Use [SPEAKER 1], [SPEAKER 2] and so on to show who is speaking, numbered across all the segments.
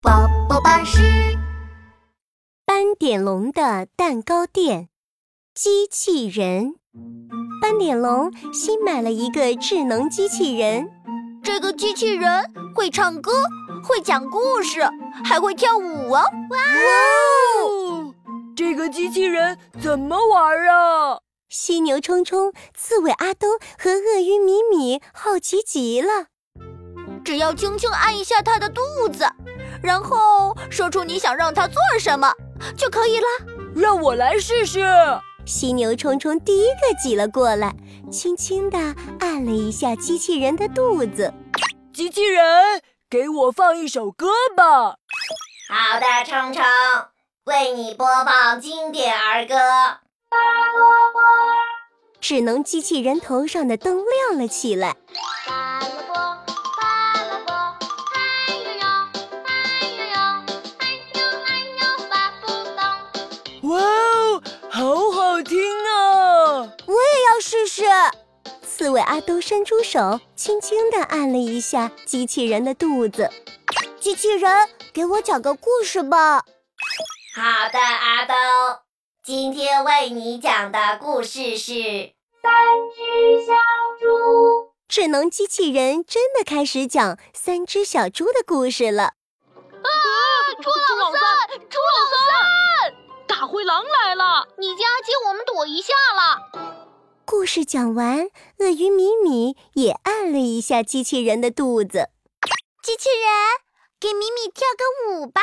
[SPEAKER 1] 宝宝巴士
[SPEAKER 2] 斑点龙的蛋糕店，机器人。斑点龙新买了一个智能机器人，
[SPEAKER 3] 这个机器人会唱歌，会讲故事，还会跳舞哦！哇
[SPEAKER 4] 哦！这个机器人怎么玩啊？
[SPEAKER 2] 犀牛冲冲、刺猬阿东和鳄鱼米米好奇极了。
[SPEAKER 3] 只要轻轻按一下它的肚子，然后说出你想让它做什么就可以了。
[SPEAKER 4] 让我来试试。
[SPEAKER 2] 犀牛冲冲第一个挤了过来，轻轻地按了一下机器人的肚子。
[SPEAKER 4] 机器人，给我放一首歌吧。
[SPEAKER 1] 好的，冲冲，为你播放经典儿歌。
[SPEAKER 2] 智能机器人头上的灯亮了起来。
[SPEAKER 4] 哇哦，好好听啊！
[SPEAKER 3] 我也要试试。
[SPEAKER 2] 刺猬阿兜伸出手，轻轻地按了一下机器人的肚子。
[SPEAKER 3] 机器人，给我讲个故事吧。
[SPEAKER 1] 好的，阿兜。今天为你讲的故事是《三只小猪》。
[SPEAKER 2] 智能机器人真的开始讲三只小猪的故事了。啊！
[SPEAKER 5] 猪老三，猪老三，大灰狼来了！
[SPEAKER 6] 你家借我们躲一下了。
[SPEAKER 2] 故事讲完，鳄鱼米米也按了一下机器人的肚子。
[SPEAKER 3] 机器人，给米米跳个舞吧。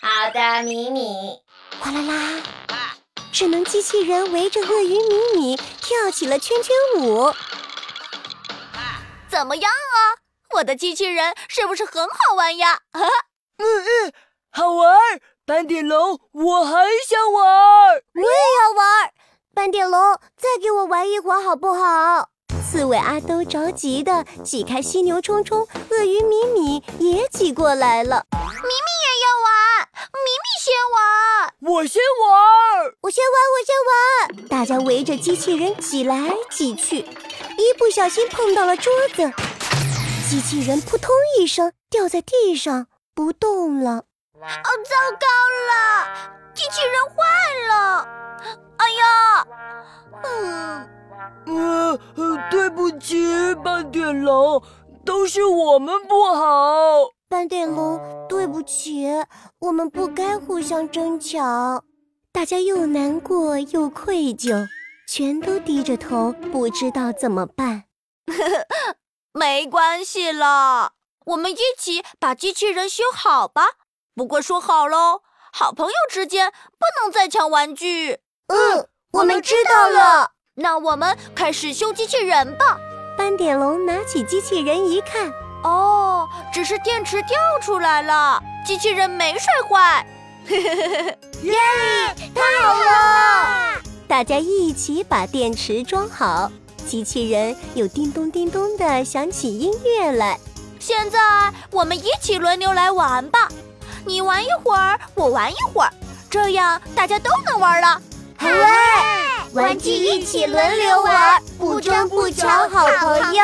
[SPEAKER 1] 好的，米米。
[SPEAKER 2] 哗啦啦！啊智能机器人围着鳄鱼米米跳起了圈圈舞，
[SPEAKER 3] 怎么样啊？我的机器人是不是很好玩呀？
[SPEAKER 4] 嗯嗯，好玩！斑点龙，我还想玩，
[SPEAKER 3] 我也要玩！
[SPEAKER 2] 斑点龙，再给我玩一会儿好不好？刺猬阿兜着急的挤开犀牛冲冲，鳄鱼米米也挤过来了。
[SPEAKER 3] 米米也要玩，米米先玩，
[SPEAKER 4] 我先玩。
[SPEAKER 3] 我先玩，我先
[SPEAKER 2] 玩！大家围着机器人挤来挤去，一不小心碰到了桌子，机器人扑通一声掉在地上不动了。哦，
[SPEAKER 3] 糟糕了，机器人坏了！哎呀，
[SPEAKER 4] 嗯，呃，对不起，斑点龙，都是我们不好。
[SPEAKER 2] 斑点龙，对不起，我们不该互相争抢。大家又难过又愧疚，全都低着头，不知道怎么办。
[SPEAKER 3] 没关系啦，我们一起把机器人修好吧。不过说好喽，好朋友之间不能再抢玩具。
[SPEAKER 2] 嗯，我们知道了。
[SPEAKER 3] 那我们开始修机器人吧。
[SPEAKER 2] 斑点龙拿起机器人一看，
[SPEAKER 3] 哦，只是电池掉出来了，机器人没摔坏。
[SPEAKER 4] 耶！太好了！
[SPEAKER 2] 大家一起把电池装好，机器人又叮咚叮咚的响起音乐来。
[SPEAKER 3] 现在我们一起轮流来玩吧，你玩一会儿，我玩一会儿，这样大家都能玩了。
[SPEAKER 7] 好嘞！玩具一起轮流玩，不争不抢，好朋友。